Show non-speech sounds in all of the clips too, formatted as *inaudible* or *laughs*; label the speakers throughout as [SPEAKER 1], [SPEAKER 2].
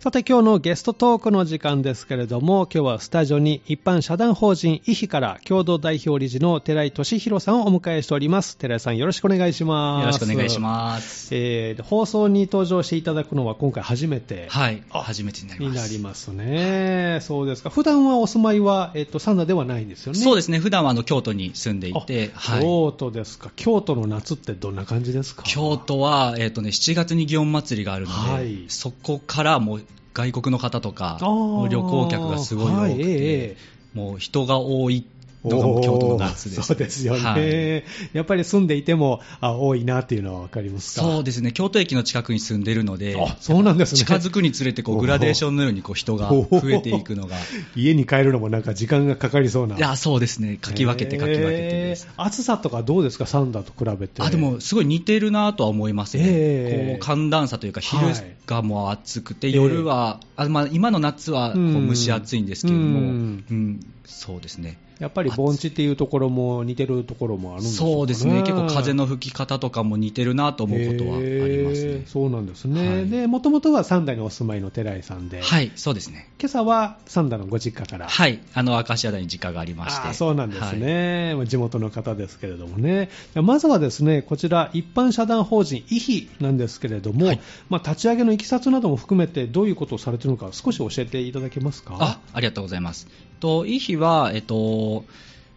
[SPEAKER 1] さて今日のゲストトークの時間ですけれども、今日はスタジオに一般社団法人イヒから共同代表理事の寺井俊弘さんをお迎えしております。寺井さんよろしくお願いします。
[SPEAKER 2] よろしくお願いします。
[SPEAKER 1] えー放送に登場していただくのは今回初めて
[SPEAKER 2] はい、初めてになり
[SPEAKER 1] に
[SPEAKER 2] ます。
[SPEAKER 1] なりますね。そうですか。普段はお住まいは、えっと、サンダではないんですよね。
[SPEAKER 2] そう
[SPEAKER 1] で
[SPEAKER 2] ですね、普段はあの京都に住んでいて、はい、
[SPEAKER 1] 京都ですか。京都の夏ってどんな感じですか
[SPEAKER 2] 京都は、えーとね、7月に祇園祭りがあるので、
[SPEAKER 1] はい
[SPEAKER 2] そこからもう外国の方とか、
[SPEAKER 1] あー
[SPEAKER 2] もう旅行客がすごい多く
[SPEAKER 1] はい
[SPEAKER 2] て、
[SPEAKER 1] ええ
[SPEAKER 2] もう人が多いのがもう京都の夏です、
[SPEAKER 1] おーそうですよね、
[SPEAKER 2] はい
[SPEAKER 1] やっぱり住んでいてもあ多いなっていうのは分かりますか
[SPEAKER 2] そうですね、京都駅の近くに住んでるので、
[SPEAKER 1] あそうなんですね
[SPEAKER 2] 近づくにつれてこうグラデーションのようにこう人が増えていくのが、
[SPEAKER 1] 家に帰るのもなんか時間がかかりそうない
[SPEAKER 2] や、そうですね、かき分けてかき分けてです。
[SPEAKER 1] えー暑さとかどうですかサンダと比べて
[SPEAKER 2] あでもすごい似てるなとは思いますね、
[SPEAKER 1] ええ
[SPEAKER 2] こう寒暖差というか、昼
[SPEAKER 1] はい
[SPEAKER 2] がもう暑くて、
[SPEAKER 1] ええ
[SPEAKER 2] 夜は、あまあ、今の夏はこう
[SPEAKER 1] うん
[SPEAKER 2] 蒸し暑いんですけれども、
[SPEAKER 1] う
[SPEAKER 2] うんんそうですね、
[SPEAKER 1] やっぱり盆地っていうところも似てるところもあるんですかね
[SPEAKER 2] そうですね、結構風の吹き方とかも似てるなと思うことはあります
[SPEAKER 1] え
[SPEAKER 2] ね
[SPEAKER 1] ー。そうなんですね、
[SPEAKER 2] はい
[SPEAKER 1] でもともとは三代にお住まいの寺井さんで、
[SPEAKER 2] はい、そうですね。
[SPEAKER 1] 今朝は三代のご実家から、
[SPEAKER 2] はい、あの明石家台に実家がありまして、
[SPEAKER 1] あーそうなんですね、まあ地元の方ですけれどもね、まずはですねこちら、一般社団法人イヒなんですけれども、
[SPEAKER 2] はい
[SPEAKER 1] まあ、立ち上げのいきさつなども含めて、どういうことをされているのか、少し教えていただけますか。
[SPEAKER 2] あありがとうございます。と、イヒは、えっと、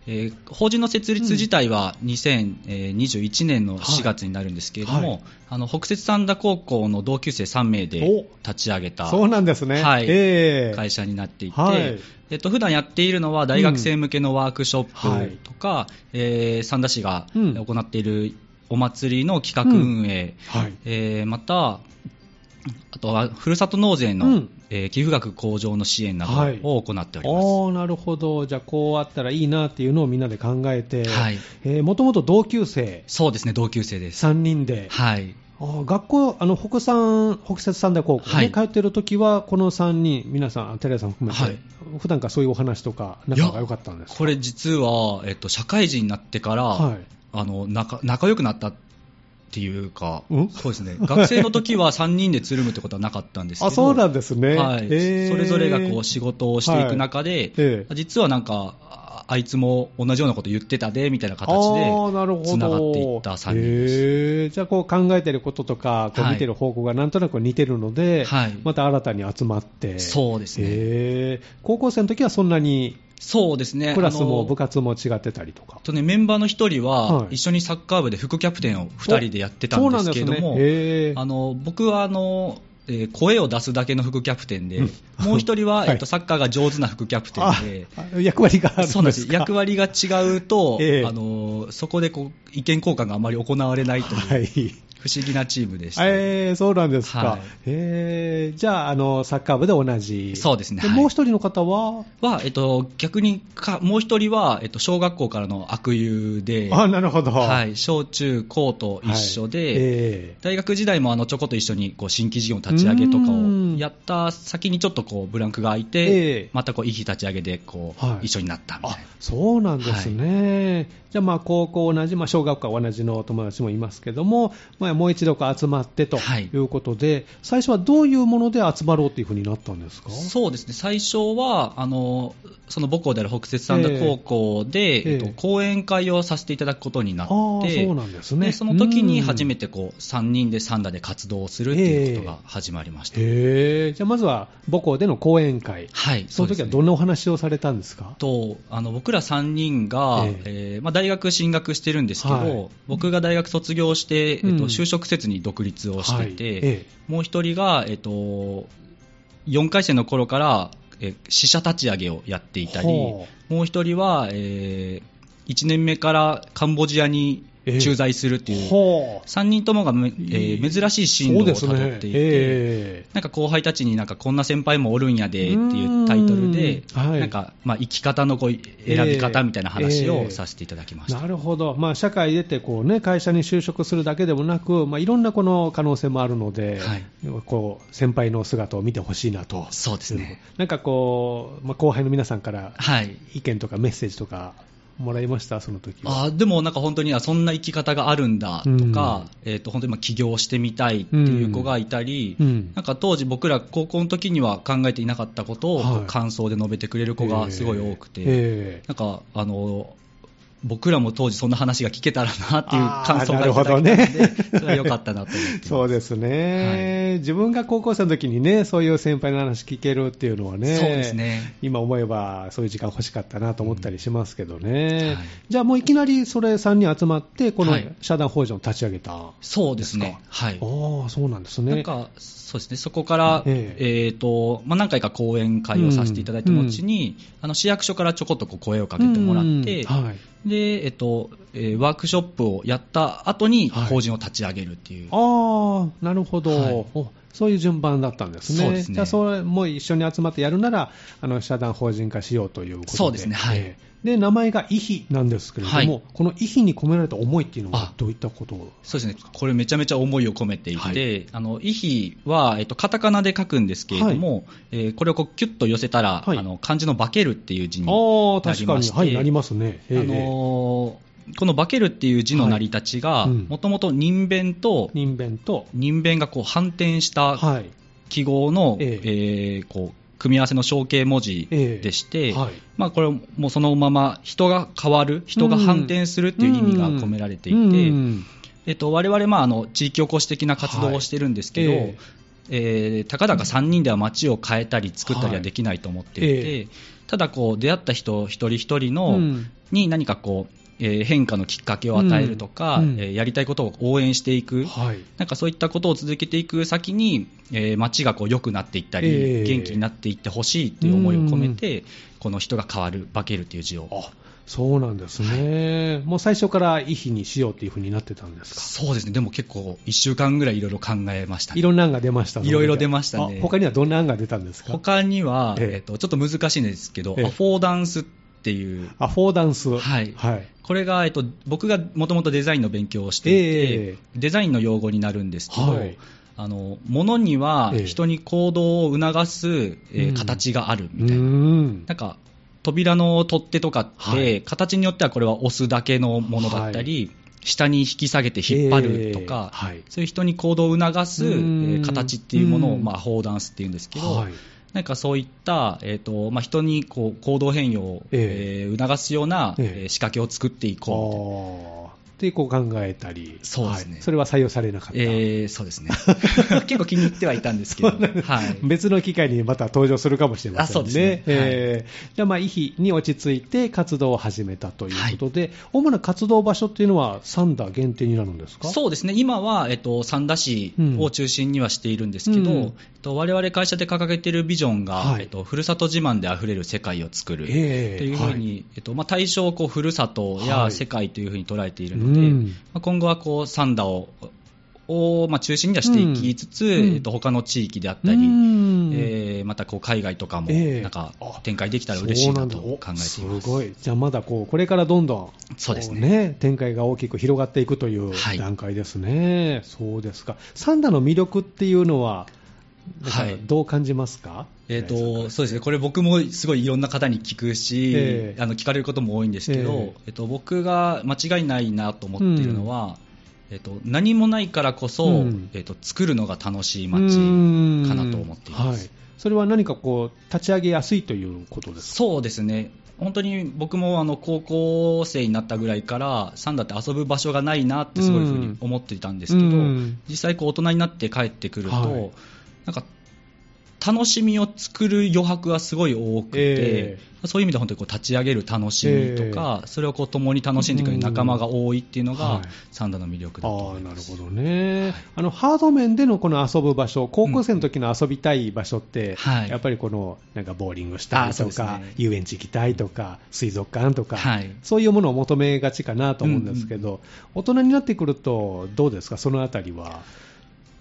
[SPEAKER 2] えー法人の設立自体は2021年の4月になるんですけれども、
[SPEAKER 1] はいはい
[SPEAKER 2] あの北摂三田高校の同級生3名で
[SPEAKER 1] お
[SPEAKER 2] 立ち上げた
[SPEAKER 1] そうなんですね、
[SPEAKER 2] はい
[SPEAKER 1] ええ
[SPEAKER 2] 会社になっていて、
[SPEAKER 1] はい
[SPEAKER 2] えっと普段やっているのは大学生向けのワークショップとか、えー三田市が
[SPEAKER 1] うん
[SPEAKER 2] 行っているお祭りの企画運営、
[SPEAKER 1] はい
[SPEAKER 2] えーまた、あとはふるさと納税の、
[SPEAKER 1] うん
[SPEAKER 2] えー寄付額向上の支援などを行っております。
[SPEAKER 1] おーなるほど、じゃあ、こうあったらいいなっていうのをみんなで考えて、
[SPEAKER 2] はい
[SPEAKER 1] もともと同級生
[SPEAKER 2] そうですね、同級生です。
[SPEAKER 1] 3人で、
[SPEAKER 2] はい。
[SPEAKER 1] あー学校、あの北山、北摂三大高校に、ね
[SPEAKER 2] はい
[SPEAKER 1] 通ってる時は、この3人、皆さん、テレさん含めて、
[SPEAKER 2] はい
[SPEAKER 1] 普段からそういうお話とか、仲が良かったんですか
[SPEAKER 2] これ実は、えっと、社会人になってから、
[SPEAKER 1] はい
[SPEAKER 2] あの仲仲良くなったっていうか、
[SPEAKER 1] うん
[SPEAKER 2] そうですね、学生の時は3人で *laughs* つるむってことはなかったんですけど、
[SPEAKER 1] あそうなんですね、
[SPEAKER 2] はい
[SPEAKER 1] えー
[SPEAKER 2] それぞれがこう仕事をしていく中で、
[SPEAKER 1] はいええ
[SPEAKER 2] 実はなんか、ああいつも同じようなこと言ってたでみたいな形
[SPEAKER 1] あーなるほ
[SPEAKER 2] で
[SPEAKER 1] ど
[SPEAKER 2] つながっていった3人です。
[SPEAKER 1] へーじゃあ、こう考えてることとか、こう
[SPEAKER 2] はい
[SPEAKER 1] 見てる方向がなんとなく似てるので、
[SPEAKER 2] はい
[SPEAKER 1] また新たに集まって、
[SPEAKER 2] そうですね
[SPEAKER 1] へー高校生の時はそんなに、
[SPEAKER 2] そうですね
[SPEAKER 1] クラスも
[SPEAKER 2] あの
[SPEAKER 1] 部活も違ってたりとか
[SPEAKER 2] あ。とね、メンバーの一人
[SPEAKER 1] は
[SPEAKER 2] は、
[SPEAKER 1] い
[SPEAKER 2] 一緒にサッカー部で副キャプテンを2人でやってたんですけれど
[SPEAKER 1] そうなんですね
[SPEAKER 2] も、
[SPEAKER 1] へー
[SPEAKER 2] あの僕はあの、えー声を出すだけの副キャプテンで、
[SPEAKER 1] うん
[SPEAKER 2] もう一人は、
[SPEAKER 1] *laughs* はい
[SPEAKER 2] えっと、サッカーが上手な副キャプテンで。
[SPEAKER 1] ああ役割があるんですか
[SPEAKER 2] そうなんです役割が違うと、
[SPEAKER 1] ええ
[SPEAKER 2] あのそこでこう意見交換があまり行われないという
[SPEAKER 1] はい
[SPEAKER 2] 不思議なチームでした、
[SPEAKER 1] えー、そうなんですか、
[SPEAKER 2] はい
[SPEAKER 1] えーじゃああの、サッカー部で同じ、
[SPEAKER 2] そうですねはい
[SPEAKER 1] もう一人の方は、
[SPEAKER 2] はえっと、逆にかもう一人は、えっと、小学校からの悪友で、
[SPEAKER 1] あなるほど、
[SPEAKER 2] はい、小中高と一緒で、
[SPEAKER 1] はいえ
[SPEAKER 2] 大学時代もあのちょこっと一緒にこう新規事業の立ち上げとか
[SPEAKER 1] うーん
[SPEAKER 2] をやった先にちょっとこうブランクが空い
[SPEAKER 1] え
[SPEAKER 2] て、
[SPEAKER 1] え
[SPEAKER 2] またこういい立ち上げでこう、
[SPEAKER 1] はい
[SPEAKER 2] 一緒になったみたい
[SPEAKER 1] あ
[SPEAKER 2] な。
[SPEAKER 1] そうなんですね、じゃあ、まあ、高校同じ、まあ、小学校は同じのお友達もいますけども、まあ、もう一度こう集まってと
[SPEAKER 2] はい
[SPEAKER 1] いうことで、最初はどういうもので集まろうというふうになったんですか
[SPEAKER 2] そうですね最初はあのその母校である北摂三田高校で、
[SPEAKER 1] ええ
[SPEAKER 2] えっと、講演会をさせていただくことにな
[SPEAKER 1] あ
[SPEAKER 2] って、
[SPEAKER 1] ーそうなんですね
[SPEAKER 2] でその時に初
[SPEAKER 1] て
[SPEAKER 2] めてこう3人で三田で活動をするっていうことが始まりました、
[SPEAKER 1] へえ、じゃあまずは母校での講演会、
[SPEAKER 2] はい
[SPEAKER 1] その時は
[SPEAKER 2] そうですね
[SPEAKER 1] どんなお話をされたんですか
[SPEAKER 2] とあの僕ら3人が、
[SPEAKER 1] え
[SPEAKER 2] えーまあ、大学進学してるんですけど、
[SPEAKER 1] はい
[SPEAKER 2] 僕が大学卒業して、えっと
[SPEAKER 1] うん
[SPEAKER 2] 就職せずに独立をし
[SPEAKER 1] は
[SPEAKER 2] てて、
[SPEAKER 1] いえ
[SPEAKER 2] もう一人が、えっと4回生の頃から、えー、死者立ち上げをやっていたり
[SPEAKER 1] ほ
[SPEAKER 2] もう一人は、え1年目からカンボジアに
[SPEAKER 1] ええ
[SPEAKER 2] 駐在するっていう、
[SPEAKER 1] ほう
[SPEAKER 2] 3人ともがめ、えー
[SPEAKER 1] いい
[SPEAKER 2] 珍しい進路を
[SPEAKER 1] そうです
[SPEAKER 2] 辿
[SPEAKER 1] ね
[SPEAKER 2] っていて。
[SPEAKER 1] え
[SPEAKER 2] なんか後輩たちになんかこんな先輩もおるんやでっていうタイトルで
[SPEAKER 1] う、ーんはい
[SPEAKER 2] なんかまあ生き方のこう選び方みたいな話をさせていただきました。
[SPEAKER 1] なるほど、まあ、社会出てこう、ね、会社に就職するだけでもなく、まあ、いろんなこの可能性もあるので、
[SPEAKER 2] はい
[SPEAKER 1] こう先輩の姿を見てほしいなと、
[SPEAKER 2] そうですね。
[SPEAKER 1] なんかこう、まあ、後輩の皆さんから
[SPEAKER 2] はい。
[SPEAKER 1] 意見とかメッセージとかもらいました、その時は。
[SPEAKER 2] あーでもなんか本当にあそんな生き方があるんだとか、えー、と本当にまあ起業してみたいっていう子がいたり、
[SPEAKER 1] うん
[SPEAKER 2] なんか当時僕ら高校の時には考えていなかったことをこ
[SPEAKER 1] はいう
[SPEAKER 2] 感想で述べてくれる子がすごい多くて、
[SPEAKER 1] えーえー
[SPEAKER 2] なんかあの僕らも当時そんな話が聞けたらなっていう感想
[SPEAKER 1] あー
[SPEAKER 2] が
[SPEAKER 1] ないる
[SPEAKER 2] た
[SPEAKER 1] ほ
[SPEAKER 2] だ
[SPEAKER 1] ど
[SPEAKER 2] いた
[SPEAKER 1] ね
[SPEAKER 2] んで、それは良かったなと思ってま
[SPEAKER 1] *laughs*
[SPEAKER 2] す。
[SPEAKER 1] そうですね、自分が高校生の時にね、そういう先輩の話聞けるっていうのはね、
[SPEAKER 2] そうですね
[SPEAKER 1] 今思えばそういう時間欲しかったなと思ったりしますけどね、
[SPEAKER 2] うんはい
[SPEAKER 1] じゃあもういきなりそれ3人集まって、この
[SPEAKER 2] はい
[SPEAKER 1] 社団法人を立ち上げた、
[SPEAKER 2] そうですね。はい。
[SPEAKER 1] ああ、そうなんですね。
[SPEAKER 2] なんか、そうですね、そこから、
[SPEAKER 1] え
[SPEAKER 2] え
[SPEAKER 1] え
[SPEAKER 2] ーとまあ、何回か講演会をさせていただいた後に、あの市役所からちょこっとこう声をかけてもらって、
[SPEAKER 1] うんはい、
[SPEAKER 2] でえっとえーワークショップをやった後に、
[SPEAKER 1] はい
[SPEAKER 2] 法人を立ち上げるっていう、
[SPEAKER 1] ああ、なるほど、
[SPEAKER 2] はい
[SPEAKER 1] おそういう順番だったんですね、
[SPEAKER 2] そうですね
[SPEAKER 1] じゃあ、それも一緒に集まってやるなら、あの社団法人化しようということで、
[SPEAKER 2] そうですねはい
[SPEAKER 1] えーで名前がイヒなんですけれども、
[SPEAKER 2] はい
[SPEAKER 1] このイヒに込められた思いっていうのは
[SPEAKER 2] あ、
[SPEAKER 1] どういったことを
[SPEAKER 2] そうですね、これ、めちゃめちゃ思いを込めていて、
[SPEAKER 1] は
[SPEAKER 2] あのイヒは、えっと、カタカナで書くんですけれども、えーこれをこうキュッと寄せたら、
[SPEAKER 1] はい
[SPEAKER 2] あの漢字の化けるっていう字に
[SPEAKER 1] ああ、
[SPEAKER 2] な
[SPEAKER 1] 確
[SPEAKER 2] り
[SPEAKER 1] か
[SPEAKER 2] ま
[SPEAKER 1] に、
[SPEAKER 2] して
[SPEAKER 1] はい、なりますね。え
[SPEAKER 2] あ
[SPEAKER 1] え
[SPEAKER 2] のーこの化けるっていう字の成り立ちが、
[SPEAKER 1] はいうん
[SPEAKER 2] もともと人弁と
[SPEAKER 1] 人弁と、
[SPEAKER 2] 人弁がこう反転した
[SPEAKER 1] はい、
[SPEAKER 2] 記号の、
[SPEAKER 1] え
[SPEAKER 2] えーこう組み合わせの象形文字
[SPEAKER 1] ええ
[SPEAKER 2] でして、
[SPEAKER 1] はい
[SPEAKER 2] まあ、これもうそのまま人が変わる人が反転するっていう意味が込められていて、
[SPEAKER 1] うん
[SPEAKER 2] えっと、我々、まあ、あの地域おこし的な活動をしてるんですけど、
[SPEAKER 1] はいええ
[SPEAKER 2] えーたかだか3人では街を変えたり作ったりはできないと思っていて、
[SPEAKER 1] はいえ
[SPEAKER 2] ただこう出会った人一人一人の、
[SPEAKER 1] うん
[SPEAKER 2] に何かこう、えー変化のきっかけを与えるとか、
[SPEAKER 1] うんうん
[SPEAKER 2] えーやりたいことを応援していく、
[SPEAKER 1] はい、
[SPEAKER 2] なんかそういったことを続けていく先に、えー街がこう良くなっていったり、
[SPEAKER 1] ええ
[SPEAKER 2] 元気になっていってほしいっていう思いを込めて、この人が変わる、化けるっていう字を。
[SPEAKER 1] あそうなんですね、もう最初からイヒにしようというふうになってたんですか。
[SPEAKER 2] そうですね、でも結構、1週間ぐらいいろいろ考えましたね
[SPEAKER 1] いろんな案が出ました
[SPEAKER 2] いろいろ出ましたね
[SPEAKER 1] あ他にはどんな案が出たんですか
[SPEAKER 2] 他には、
[SPEAKER 1] ええ
[SPEAKER 2] えっとちょっと難しいんですけど、
[SPEAKER 1] ええ
[SPEAKER 2] アフォーダンスっていう、
[SPEAKER 1] あ、フォーダンス。
[SPEAKER 2] はい
[SPEAKER 1] はい。
[SPEAKER 2] これが、えっと僕がもともとデザインの勉強をしていて、
[SPEAKER 1] ええ
[SPEAKER 2] デザインの用語になるんですけど、
[SPEAKER 1] はい
[SPEAKER 2] あの物には
[SPEAKER 1] ええ
[SPEAKER 2] 人に行動を促す、えー
[SPEAKER 1] うん
[SPEAKER 2] 形がある
[SPEAKER 1] う
[SPEAKER 2] みたいな。
[SPEAKER 1] ーん
[SPEAKER 2] なんか扉の取っ手とかって、
[SPEAKER 1] はい
[SPEAKER 2] 形によってはこれは押すだけのものだったり、下に引き下げて引っ張るとか、
[SPEAKER 1] えーはい
[SPEAKER 2] そういう人に行動を促す、えー
[SPEAKER 1] うん
[SPEAKER 2] 形っていうものを、
[SPEAKER 1] うん
[SPEAKER 2] まあ、フォーダンスっていうんですけど、
[SPEAKER 1] はい
[SPEAKER 2] なんかそういった、えーとまあ、人にこう行動変容を、
[SPEAKER 1] え
[SPEAKER 2] えー促すような、
[SPEAKER 1] え
[SPEAKER 2] え
[SPEAKER 1] え
[SPEAKER 2] ー仕掛けを作っていこ
[SPEAKER 1] こう。ってこう考えたり。
[SPEAKER 2] そうですね
[SPEAKER 1] はいそれは採用されなかっ
[SPEAKER 2] う
[SPEAKER 1] た。
[SPEAKER 2] みたいな、えーそうですね *laughs* 結構気に入ってはいたんで
[SPEAKER 1] *laughs*
[SPEAKER 2] すけど、はい、
[SPEAKER 1] 別の機会にまた登場するかもしれませんね。
[SPEAKER 2] あそうですね
[SPEAKER 1] えーじゃあ、まあ、イヒに落ち着いて活動を始めたということで、主な活動場所っていうのは、サンダー限定になるんですか
[SPEAKER 2] そうですね、今は、えっと、三田市を中心にはしているんですけど、
[SPEAKER 1] うん
[SPEAKER 2] えっと、我々会社で掲げているビジョンが、
[SPEAKER 1] はい
[SPEAKER 2] えっと、ふるさと自慢であふれる世界を作ると
[SPEAKER 1] ええ
[SPEAKER 2] いうふうに、えっとまあ、対象をこうふるさと
[SPEAKER 1] は
[SPEAKER 2] や
[SPEAKER 1] い
[SPEAKER 2] 世界というふうに捉えているので、
[SPEAKER 1] うん
[SPEAKER 2] まあ、今後はこう三田をを、まあ、中心にはしていきつつ、
[SPEAKER 1] うん
[SPEAKER 2] えっと、他の地域であったり、
[SPEAKER 1] うん
[SPEAKER 2] えーまたこう海外とかも
[SPEAKER 1] ええ
[SPEAKER 2] なんか
[SPEAKER 1] あ
[SPEAKER 2] 展開できたら嬉しいなと
[SPEAKER 1] そう
[SPEAKER 2] 考えてい
[SPEAKER 1] んだ
[SPEAKER 2] ま
[SPEAKER 1] お
[SPEAKER 2] す。
[SPEAKER 1] すごい。じゃあまだこう、これからどんどん、
[SPEAKER 2] そうですね
[SPEAKER 1] こ展開が大きく広がっていくという
[SPEAKER 2] はい
[SPEAKER 1] 段階ですね。そうですか。サンダの魅力っていうのは、なんか
[SPEAKER 2] はい
[SPEAKER 1] どう感じますか
[SPEAKER 2] えー、
[SPEAKER 1] 平井さん
[SPEAKER 2] とそうですね、これ、僕もすごいいろんな方に聞くし、
[SPEAKER 1] ええ
[SPEAKER 2] あの聞かれることも多いんですけど、
[SPEAKER 1] え
[SPEAKER 2] え
[SPEAKER 1] え
[SPEAKER 2] ーと僕が間違いないなと思っているのは、えー、と何もないからこそ、
[SPEAKER 1] うん
[SPEAKER 2] えー、と作るのが楽しいう街
[SPEAKER 1] ーん
[SPEAKER 2] かなと思っています。
[SPEAKER 1] はい。それは何かこう、立ち上げやすいということですか
[SPEAKER 2] そうですね本当に僕もあの高校生になったぐらいから、サンダって遊ぶ場所がないなって、すごいふうに思っていたんですけど、
[SPEAKER 1] うん
[SPEAKER 2] 実際、こう大人になって帰ってくると、
[SPEAKER 1] はい
[SPEAKER 2] なんか楽しみを作る余白がすごい多くて、
[SPEAKER 1] え
[SPEAKER 2] そういう意味では本当にこう立ち上げる楽しみとか、それをこう共に楽しんでくれる仲間が多いっていうのが、
[SPEAKER 1] はい
[SPEAKER 2] サンダの魅力だと
[SPEAKER 1] あ
[SPEAKER 2] 思
[SPEAKER 1] あ
[SPEAKER 2] い
[SPEAKER 1] な
[SPEAKER 2] ま
[SPEAKER 1] る
[SPEAKER 2] す。
[SPEAKER 1] ほどね、あのハード面でのこの遊ぶ場所、高校生の時の遊びたい場所って、
[SPEAKER 2] はい
[SPEAKER 1] やっぱりこのなんかボーリングしたり
[SPEAKER 2] あそ
[SPEAKER 1] と
[SPEAKER 2] うです
[SPEAKER 1] か、
[SPEAKER 2] ね
[SPEAKER 1] 遊園地行きたいとか、水族館とか、
[SPEAKER 2] はい
[SPEAKER 1] そういうものを求めがちかなと思うんですけど、大人になってくると、どうですか、そのあたりは、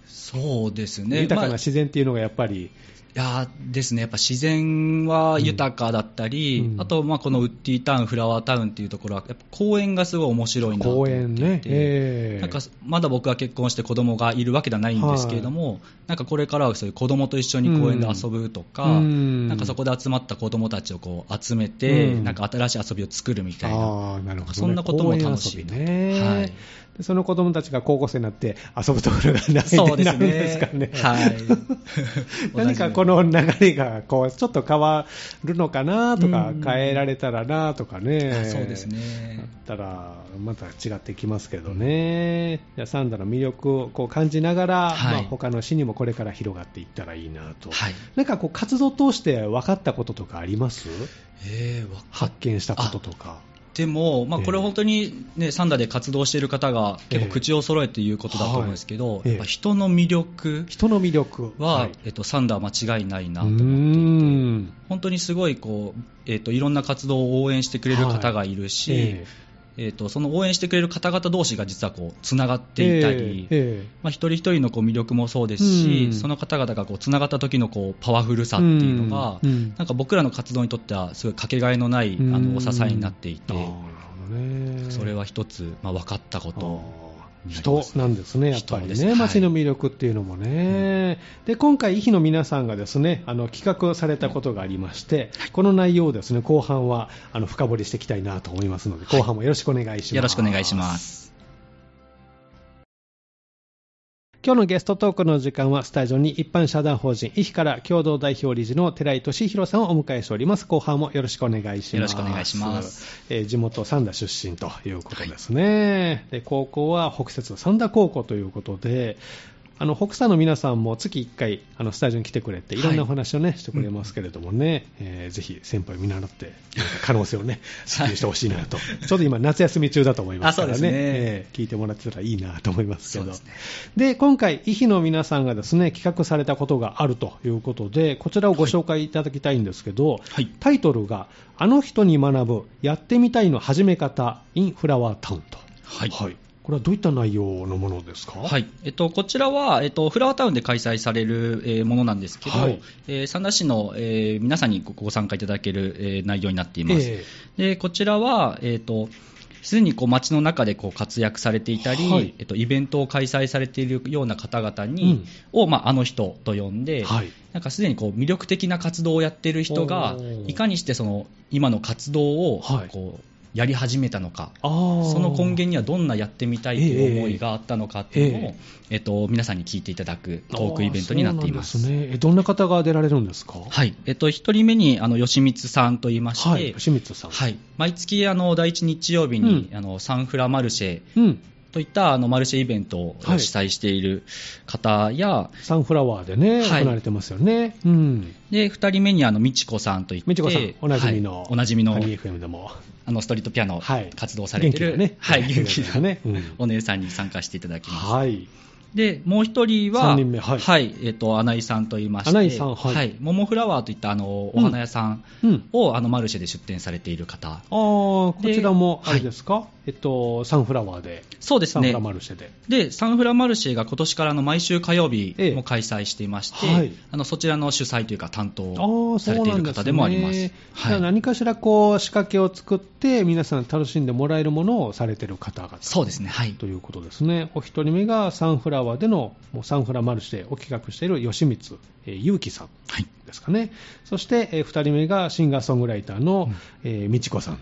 [SPEAKER 2] そうですね
[SPEAKER 1] 豊かな
[SPEAKER 2] まあ
[SPEAKER 1] 自然っていうのがやっぱり、
[SPEAKER 2] いやーですね、やっぱ自然は豊かだったり、
[SPEAKER 1] うんうん
[SPEAKER 2] あと、まあ、このウッディタウン、フラワータウンっていうところは、やっぱ公園がすごい面白いなと思
[SPEAKER 1] 公
[SPEAKER 2] っていて
[SPEAKER 1] 園ね、ええ
[SPEAKER 2] なんかまだ僕は結婚して子供がいるわけではないんですけれども、なんかこれからはそういう子供と一緒に公園で遊ぶとか、
[SPEAKER 1] うん
[SPEAKER 2] なんかそこで集まった子供たちをこう集めて、
[SPEAKER 1] うん
[SPEAKER 2] なんか新しい遊びを作るみたいな、
[SPEAKER 1] ああ、なるほど、ね。
[SPEAKER 2] そんなことも楽しい
[SPEAKER 1] 公園遊びね。
[SPEAKER 2] はい
[SPEAKER 1] でその子供たちが高校生になって遊ぶところがない
[SPEAKER 2] そうです
[SPEAKER 1] なん
[SPEAKER 2] ね、
[SPEAKER 1] ですかね。 *laughs*
[SPEAKER 2] はい、 *laughs*
[SPEAKER 1] 何かこ
[SPEAKER 2] の
[SPEAKER 1] の流れがこうちょっと変わるのかなとか、
[SPEAKER 2] うん
[SPEAKER 1] 変えられたらなとかね、
[SPEAKER 2] そうです
[SPEAKER 1] だっ
[SPEAKER 2] ね、
[SPEAKER 1] たらまた違ってきますけどね、じゃあサンダの魅力をこう感じながら、
[SPEAKER 2] はい
[SPEAKER 1] まあ、他の市にもこれから広がっていったらいいなと、
[SPEAKER 2] はい
[SPEAKER 1] なんかこう活動を通して分かったこととかあります
[SPEAKER 2] えー、わかっ
[SPEAKER 1] 発見したこととか。
[SPEAKER 2] でも、まあ、
[SPEAKER 1] ええ
[SPEAKER 2] これ本当に、ねサンダーで活動している方が結構口を揃えて言うことだと思うんですけど、
[SPEAKER 1] ええ
[SPEAKER 2] やっぱ人の魅力
[SPEAKER 1] 人の魅力
[SPEAKER 2] は、
[SPEAKER 1] い
[SPEAKER 2] えっと、サンダー間違いないなと
[SPEAKER 1] う
[SPEAKER 2] 思っていて
[SPEAKER 1] ーん
[SPEAKER 2] 本当にすごいこう、えっといろんな活動を応援してくれる方がいるし、
[SPEAKER 1] え
[SPEAKER 2] えっとその応援してくれる方々同士が実はこうつながっ
[SPEAKER 1] え
[SPEAKER 2] ていたり、
[SPEAKER 1] ええええ
[SPEAKER 2] まあ、一人一人のこう魅力もそうですし、
[SPEAKER 1] うん
[SPEAKER 2] その方々がこうつながった時のこうパワフルさっていうのが、
[SPEAKER 1] うんうん
[SPEAKER 2] なんか僕らの活動にとってはすごいかけがえのない、あ
[SPEAKER 1] うん
[SPEAKER 2] のお支えになっていて
[SPEAKER 1] あ、ーなるほどね
[SPEAKER 2] それは一つ、まあ、分かったこ
[SPEAKER 1] あ
[SPEAKER 2] と。
[SPEAKER 1] ー人なんですね、やっぱり
[SPEAKER 2] 人です
[SPEAKER 1] ね、
[SPEAKER 2] はい
[SPEAKER 1] 街の魅力っていうのもね、で今回、イヒの皆さんがですねあの企画されたことがありまして、この内容をですね後半はあの深掘りしていきたいなと思いますので、後半もよろしくお願いします。
[SPEAKER 2] よろしくお願いします。
[SPEAKER 1] 今日のゲストトークの時間はスタジオに一般社団法人イヒから共同代表理事の寺井俊弘さんをお迎えしております後半もよろしくお願いします
[SPEAKER 2] よろしくお願いします、
[SPEAKER 1] えー地元三田出身ということですね、で高校は北摂三田高校ということであの北山の皆さんも月1回あのスタジオに来てくれていろんなお話を、ねしてくれますけれどもね、えーぜひ先輩見習って可能性を、
[SPEAKER 2] *laughs*
[SPEAKER 1] ね、追求してほしいなと、ちょうど今夏休み中だと思いますから
[SPEAKER 2] あ
[SPEAKER 1] ね
[SPEAKER 2] そうですね
[SPEAKER 1] えー聞いてもらってたらいいなと思いますけ
[SPEAKER 2] そう
[SPEAKER 1] ど
[SPEAKER 2] ですね
[SPEAKER 1] で今回、イヒの皆さんがですね企画されたことがあるということで、こちらをご紹介いただきたいんですけど、
[SPEAKER 2] はい
[SPEAKER 1] タイトルが、あの人に学ぶ、やってみたいの始め方、in フラワータウンと、
[SPEAKER 2] はい
[SPEAKER 1] これはどういった内容のものですか、
[SPEAKER 2] はいえっと、こちらは、えっと、フラワータウンで開催される、えーものなんですけど、
[SPEAKER 1] はい
[SPEAKER 2] えー三田市の、えー皆さんにごご参加いただける、えー内容になっています。
[SPEAKER 1] え
[SPEAKER 2] でこちらは、えー、とすでにこう街の中でこう活躍されていたり、
[SPEAKER 1] はい
[SPEAKER 2] えっとイベントを開催されているような方々
[SPEAKER 1] うん
[SPEAKER 2] に、を、まあ、あの人と呼んで、
[SPEAKER 1] はい
[SPEAKER 2] なんかすでにこう魅力的な活動をやっている人が
[SPEAKER 1] おー
[SPEAKER 2] いかにしてその今の活動を
[SPEAKER 1] はい
[SPEAKER 2] こうやり始めたのか、
[SPEAKER 1] あー
[SPEAKER 2] その根源にはどんなやってみたいという思いがあったのかっていうのを、
[SPEAKER 1] え
[SPEAKER 2] えっと皆さんに聞いていただくトークイベントになっていま
[SPEAKER 1] あー
[SPEAKER 2] す。
[SPEAKER 1] そうなんですね、えどんな方が出られるんですか、
[SPEAKER 2] はいえっと、1人目にあの吉光さんと言いまして、
[SPEAKER 1] はい、清水さん。
[SPEAKER 2] はい、毎月あの第1日曜日に、
[SPEAKER 1] うん
[SPEAKER 2] あのサンフラマルシェ
[SPEAKER 1] うん
[SPEAKER 2] といったあのマルシェイベントを主
[SPEAKER 1] はい
[SPEAKER 2] 催している方や、
[SPEAKER 1] サンフラワーでね、
[SPEAKER 2] はい
[SPEAKER 1] 行われてますよね。うん。
[SPEAKER 2] で2人目にあの美智子さんといって
[SPEAKER 1] みちこさん、おなじみの、
[SPEAKER 2] はいおなじみの
[SPEAKER 1] ハニー FM でも。
[SPEAKER 2] あのストリートピアノ
[SPEAKER 1] はい
[SPEAKER 2] 活動されてる、
[SPEAKER 1] 元気なね
[SPEAKER 2] はい、元気な
[SPEAKER 1] ねうん
[SPEAKER 2] お姉さんに参加していただきます。
[SPEAKER 1] はい。
[SPEAKER 2] でもう一人は、
[SPEAKER 1] 三人目はい
[SPEAKER 2] えっと穴井さんと言いまして、
[SPEAKER 1] 穴井さんはい
[SPEAKER 2] モモフラワーといったあのお花屋さん
[SPEAKER 1] うん。
[SPEAKER 2] を、あのマルシェで出店されている方、
[SPEAKER 1] あーこちらも、
[SPEAKER 2] で
[SPEAKER 1] あれですか、えっと、サンフラワーで。
[SPEAKER 2] そうです
[SPEAKER 1] サンフ
[SPEAKER 2] ね
[SPEAKER 1] ラ、マルシェで。
[SPEAKER 2] でサンフラマルシェが今年からの毎週火曜日
[SPEAKER 1] ええ
[SPEAKER 2] も開催していまして、
[SPEAKER 1] はい
[SPEAKER 2] あのそちらの主催というか担当
[SPEAKER 1] あー
[SPEAKER 2] をされている方でもあり
[SPEAKER 1] そ
[SPEAKER 2] ます。
[SPEAKER 1] うなんですねじ
[SPEAKER 2] は
[SPEAKER 1] ゃあ
[SPEAKER 2] い
[SPEAKER 1] 何かしらこう仕掛けを作って、皆さん楽しんでもらえるものをされてる方々
[SPEAKER 2] そうですね、はい、
[SPEAKER 1] ということですね。お一人目がサンフラワーでのもうサンフラマルシェを企画している吉光えー祐希さん
[SPEAKER 2] はい
[SPEAKER 1] ですかね。そして、え2人目がシンガーソングライターの、
[SPEAKER 2] うん
[SPEAKER 1] えー、美智子さん、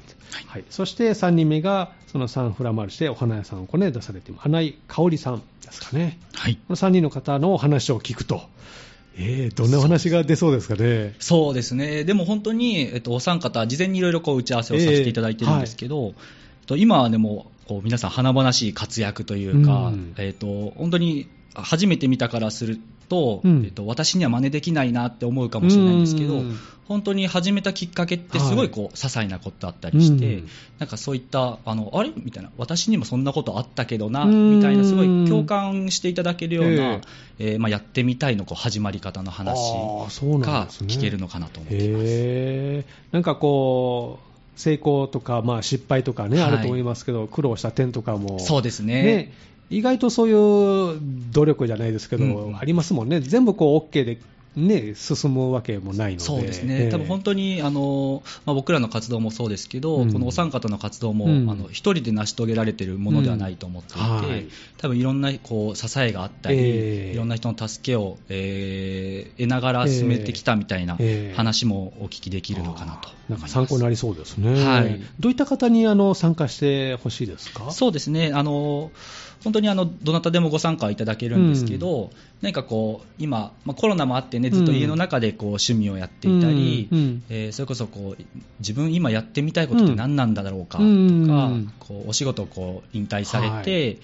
[SPEAKER 1] はいそして3人目がそのサンフラマルシェでお花屋さんをこうね出されている花井香織さんですかね。
[SPEAKER 2] はい
[SPEAKER 1] この3人の方のお話を聞くと、えー、どんなお話が出そうですかね。
[SPEAKER 2] そうですね、でも本当に、えっと、お三方、事前にいろいろこう打ち合わせをさせていただいてるんですけど、えっと今はでもこう皆さん、華々しい活躍というか、
[SPEAKER 1] うん
[SPEAKER 2] えっと、本当に初めて見たからすると、
[SPEAKER 1] うん
[SPEAKER 2] えっと、私には真似できないなって思うかもしれないんですけど、
[SPEAKER 1] うん
[SPEAKER 2] 本当に始めたきっかけって、すごいこう、些細なことだったりして、
[SPEAKER 1] うん
[SPEAKER 2] なんかそういった、あのあれみたいな、私にもそんなことあったけどな、
[SPEAKER 1] うん
[SPEAKER 2] みたいな、すごい共感していただけるような、
[SPEAKER 1] え
[SPEAKER 2] えーまあ、やってみたいのこう始まり方の話。
[SPEAKER 1] あーそうなん
[SPEAKER 2] が
[SPEAKER 1] ですね
[SPEAKER 2] 聞けるのかなと思っています。
[SPEAKER 1] へーなんかこう、成功とか、まあ、失敗とかね、
[SPEAKER 2] はい
[SPEAKER 1] あると思いますけど、苦労した点とかも、
[SPEAKER 2] そうですね
[SPEAKER 1] 意外とそういう努力じゃないですけど、
[SPEAKER 2] うん
[SPEAKER 1] ありますもんね、全部こう OK で、ね、進むわけもないので。
[SPEAKER 2] そうです
[SPEAKER 1] え
[SPEAKER 2] ね、
[SPEAKER 1] え
[SPEAKER 2] 多分本当にあの、まあ、僕らの活動もそうですけど、
[SPEAKER 1] うん
[SPEAKER 2] このお三方の活動も、
[SPEAKER 1] うん
[SPEAKER 2] あの一人で成し遂げられているものではないと思っていて、
[SPEAKER 1] うんはい
[SPEAKER 2] 多分いろんなこう支えがあったり、
[SPEAKER 1] ええ
[SPEAKER 2] いろんな人の助けを、えー得ながら進めてきたみたいな
[SPEAKER 1] ええ
[SPEAKER 2] 話もお聞きできるのかなと
[SPEAKER 1] あーなん
[SPEAKER 2] 思い
[SPEAKER 1] か
[SPEAKER 2] ます。
[SPEAKER 1] 参考になりそうですね。
[SPEAKER 2] はい
[SPEAKER 1] どういった方にあの参加してほしいですか
[SPEAKER 2] そうですね、あの本当にあのどなたでもご参加いただけるんですけど、なんかこう、今、まあ、コロナもあってね、ずっと家の中でこう趣味をやっていたり、
[SPEAKER 1] うんうん
[SPEAKER 2] えーそれこそこう自分、今やってみたいことって何なんだろうかとか、
[SPEAKER 1] うん
[SPEAKER 2] こうお仕事をこう引退されて、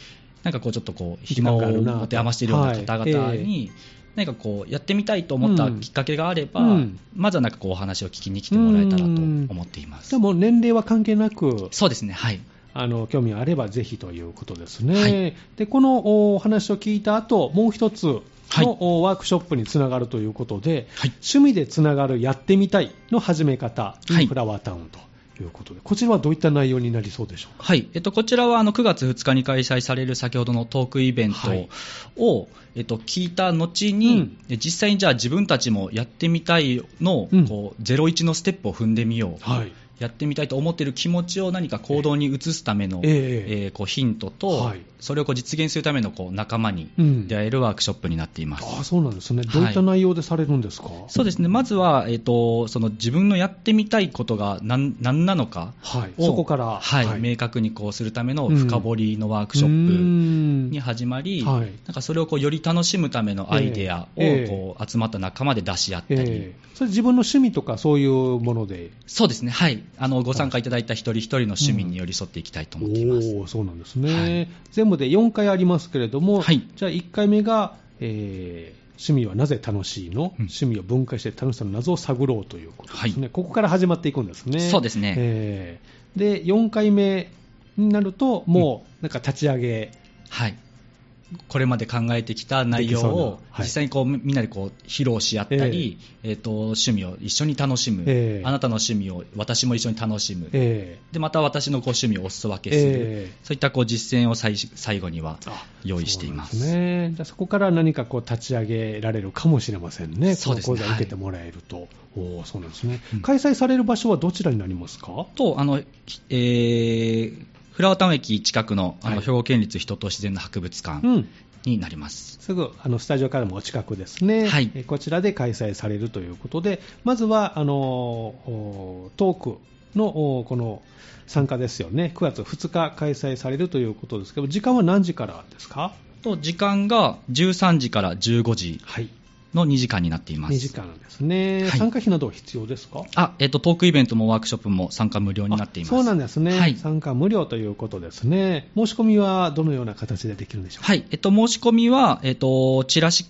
[SPEAKER 2] なんかこう、ちょっとこう、
[SPEAKER 1] 時
[SPEAKER 2] 暇
[SPEAKER 1] 間
[SPEAKER 2] を
[SPEAKER 1] があるなと
[SPEAKER 2] 持て余しているような方々
[SPEAKER 1] はい
[SPEAKER 2] に、なんかこう、やってみたいと思ったきっかけがあれば、
[SPEAKER 1] うん
[SPEAKER 2] まずはなんかこう、お話を聞きに来てもらえたらと思っています。
[SPEAKER 1] でも年齢は関係なく、
[SPEAKER 2] そうですね、はい。
[SPEAKER 1] あの興味があればぜひということですね。
[SPEAKER 2] はい
[SPEAKER 1] でこのおお話を聞いた後、もう一つの、
[SPEAKER 2] はい
[SPEAKER 1] おワークショップにつながるということで、
[SPEAKER 2] はい
[SPEAKER 1] 趣味でつながるやってみたいの始め方、
[SPEAKER 2] はい
[SPEAKER 1] インフラワータウンということで、こちらはどういった内容になりそうでしょうか。
[SPEAKER 2] はい、えっと、こちらはあの9月2日に開催される先ほどのトークイベント
[SPEAKER 1] はい
[SPEAKER 2] を、えっと、聞いた後
[SPEAKER 1] う
[SPEAKER 2] に
[SPEAKER 1] ん、
[SPEAKER 2] で実際にじゃあ自分たちもやってみたいの、
[SPEAKER 1] うん
[SPEAKER 2] こう01のステップを踏んでみよう、
[SPEAKER 1] はい。
[SPEAKER 2] やってみたいと思っている気持ちを何か行動に移すための、
[SPEAKER 1] え
[SPEAKER 2] え
[SPEAKER 1] え
[SPEAKER 2] ーこうヒントと、
[SPEAKER 1] はい
[SPEAKER 2] それをこう実現するためのこう仲間に
[SPEAKER 1] うん
[SPEAKER 2] 出会えるワークショップになっています。
[SPEAKER 1] ああ、そうなんですね。どういった内容でされるんですか。
[SPEAKER 2] そうですねまずは、えっとその自分のやってみたいことが何何なのか、
[SPEAKER 1] はい。
[SPEAKER 2] を
[SPEAKER 1] そこから、
[SPEAKER 2] はい明確にこうするための深掘りのワークショ
[SPEAKER 1] う
[SPEAKER 2] ップ
[SPEAKER 1] ん
[SPEAKER 2] に始まり、
[SPEAKER 1] はい
[SPEAKER 2] なんかそれをこうより楽しむためのアイデアを
[SPEAKER 1] ええ
[SPEAKER 2] こう集まった仲間で出し合ったり、
[SPEAKER 1] ええそれ自分の趣味とかそういうもので
[SPEAKER 2] そうですね、はい、あのご参加いただいた一人一人の趣味に寄り添っていきたいと思っています。
[SPEAKER 1] おーそうなんですね、
[SPEAKER 2] はい
[SPEAKER 1] 全部で4回ありますけれども、
[SPEAKER 2] はい
[SPEAKER 1] じゃあ1回目が、えー趣味はなぜ楽しいの、趣味を分解して楽しさの謎を探ろうということですね、
[SPEAKER 2] は
[SPEAKER 1] ここから始まっていくんですね。
[SPEAKER 2] そうですね
[SPEAKER 1] えーで4回目になると、もうなんか立ち上げ、
[SPEAKER 2] はいこれまで考えてきた内容
[SPEAKER 1] できそう
[SPEAKER 2] を
[SPEAKER 1] なはい
[SPEAKER 2] 実際にこうみみんなでこう披露し合ったり、えっと趣味を一緒に楽しむ、
[SPEAKER 1] ええ
[SPEAKER 2] あなたの趣味を私も一緒に楽しむ、
[SPEAKER 1] え
[SPEAKER 2] でまた私のこう趣味をお裾分けする、
[SPEAKER 1] ええ
[SPEAKER 2] そういったこう実践を最し最後には
[SPEAKER 1] ーあ
[SPEAKER 2] 用意しています。
[SPEAKER 1] そうなんですね、じゃあそこから何かこう立ち上げられるかもしれませんね、
[SPEAKER 2] そうですね
[SPEAKER 1] この講座を受けてもらえると、おーそうなんですね、
[SPEAKER 2] うん
[SPEAKER 1] 開催される場所はどちらになりますか、
[SPEAKER 2] とあの、ひえー、フラワータウン駅近くのあの、
[SPEAKER 1] はい
[SPEAKER 2] 兵庫県立人と自然の博物館
[SPEAKER 1] うん、
[SPEAKER 2] になります。
[SPEAKER 1] すぐあのスタジオからもお近くですね、
[SPEAKER 2] はい
[SPEAKER 1] えこちらで開催されるということで、まずはあのおトークのおこの参加ですよね、9月2日開催されるということですけど、時間は何時からですか、
[SPEAKER 2] と時間が13時から15時
[SPEAKER 1] はい、
[SPEAKER 2] の2時間になっていま
[SPEAKER 1] 2時
[SPEAKER 2] す。
[SPEAKER 1] 間ですね、
[SPEAKER 2] はい
[SPEAKER 1] 参加費などは必要ですか
[SPEAKER 2] あ、えっ、とトークイベントもワークショップも参加無料になっています。
[SPEAKER 1] あそうなんですね、
[SPEAKER 2] はい。
[SPEAKER 1] 参加無料ということですね、申し込みはどのような形でできるんでしょうか。
[SPEAKER 2] はい、えっと、申し込みは、えっと、チラシ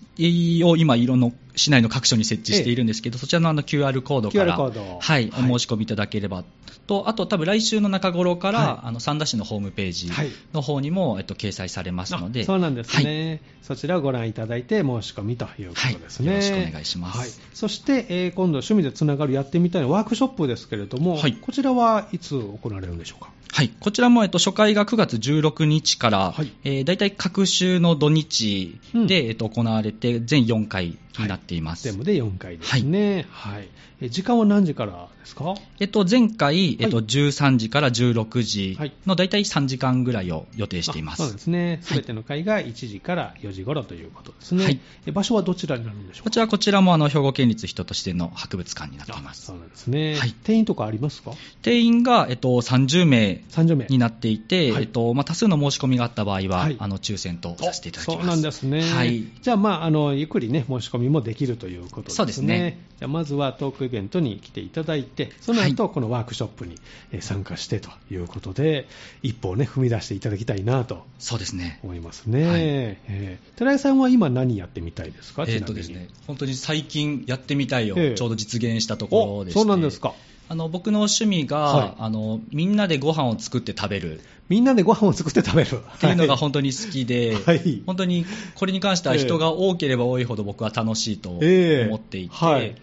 [SPEAKER 2] を今、いろんな市内の各所に設置しているんですけど、そちらのあの QR コードから、
[SPEAKER 1] QR コード
[SPEAKER 2] はい、
[SPEAKER 1] はい
[SPEAKER 2] お申し込みいただければと、あと、多分来週の中頃から、
[SPEAKER 1] は
[SPEAKER 2] あの三田市のホームページ
[SPEAKER 1] はい
[SPEAKER 2] の方にも、えっと、掲載されますので、
[SPEAKER 1] あそうなんですね、そちらをご覧いただいて申し込みということですね、
[SPEAKER 2] はいよろしくお願いします
[SPEAKER 1] そして、えー今度趣味でつながるやってみたいなワークショップですけれども、
[SPEAKER 2] はい
[SPEAKER 1] こちらはいつ行われるんでしょうか
[SPEAKER 2] はい、こちらも、えっと、初回が9月16日から、
[SPEAKER 1] はい
[SPEAKER 2] えー大体各週の土日で、
[SPEAKER 1] うん
[SPEAKER 2] えっと、行われて、全4回になっています。
[SPEAKER 1] 全部で4回ですね、はいえー時間は何時からですか
[SPEAKER 2] えっと、前回、えっと、
[SPEAKER 1] はい
[SPEAKER 2] 13時から16時
[SPEAKER 1] はい
[SPEAKER 2] の大体3時間ぐらいを予定していま
[SPEAKER 1] あそう
[SPEAKER 2] す
[SPEAKER 1] で。すねすべての会が1時から4時頃ということですね、
[SPEAKER 2] はい
[SPEAKER 1] えー場所はどちらになるんでしょう
[SPEAKER 2] こ
[SPEAKER 1] か
[SPEAKER 2] ちら、こちらもあの兵庫県立人としての博物館になってい
[SPEAKER 1] あ
[SPEAKER 2] ます
[SPEAKER 1] そ。うなんですね、
[SPEAKER 2] はい
[SPEAKER 1] 定員とかありますか
[SPEAKER 2] 定員が、えっと、30名
[SPEAKER 1] 30名
[SPEAKER 2] になっていて、
[SPEAKER 1] はい
[SPEAKER 2] えっとまあ、多数の申し込みがあった場合は、
[SPEAKER 1] はい
[SPEAKER 2] あの抽選とさせていただきます。
[SPEAKER 1] そうなんですね、
[SPEAKER 2] はい
[SPEAKER 1] じゃあ、まああの、ゆっくり、ね、申し込みもできるということですね、
[SPEAKER 2] そうですね
[SPEAKER 1] じゃあまずはトークイベントに来ていただいて、その後、このワークショップにえー参加してということで、一歩を、ね、踏み出していただきたいなと
[SPEAKER 2] そうですね。
[SPEAKER 1] 思いますね、
[SPEAKER 2] はい
[SPEAKER 1] えー寺井さんは今、何やってみたいですか、
[SPEAKER 2] えっ
[SPEAKER 1] ちなみ
[SPEAKER 2] と
[SPEAKER 1] に
[SPEAKER 2] ですね、本当に最近やってみたいを
[SPEAKER 1] ええ
[SPEAKER 2] ちょうど実現したところ
[SPEAKER 1] お
[SPEAKER 2] でして
[SPEAKER 1] そうなんですか、
[SPEAKER 2] あの僕の趣味が、
[SPEAKER 1] はい
[SPEAKER 2] あのみんなでご飯を作って食べる
[SPEAKER 1] みんなでご飯を作って食べる。
[SPEAKER 2] っていうのが
[SPEAKER 1] は
[SPEAKER 2] 本当に好きで、
[SPEAKER 1] はい
[SPEAKER 2] 本当にこれに関しては人が多ければ多いほど僕は楽しいと思
[SPEAKER 1] ええ
[SPEAKER 2] っていて、
[SPEAKER 1] はい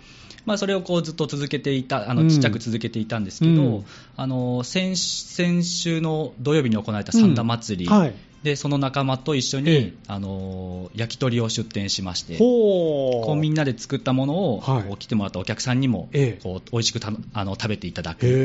[SPEAKER 2] まあ、それをこうずっと続けていた、
[SPEAKER 1] う
[SPEAKER 2] あ
[SPEAKER 1] ん
[SPEAKER 2] のちっちゃく続けていたんですけど、
[SPEAKER 1] うん
[SPEAKER 2] あの先先週の土曜日に行われた三田祭り
[SPEAKER 1] はい
[SPEAKER 2] でその仲間と一緒に、
[SPEAKER 1] ええ
[SPEAKER 2] あのー焼き鳥を出店しまして
[SPEAKER 1] ほう。
[SPEAKER 2] こうみんなで作ったものを、
[SPEAKER 1] はい
[SPEAKER 2] こう来てもらったお客さんにも、
[SPEAKER 1] ええ
[SPEAKER 2] こう美味しくたのあの食べていただくといっ
[SPEAKER 1] へ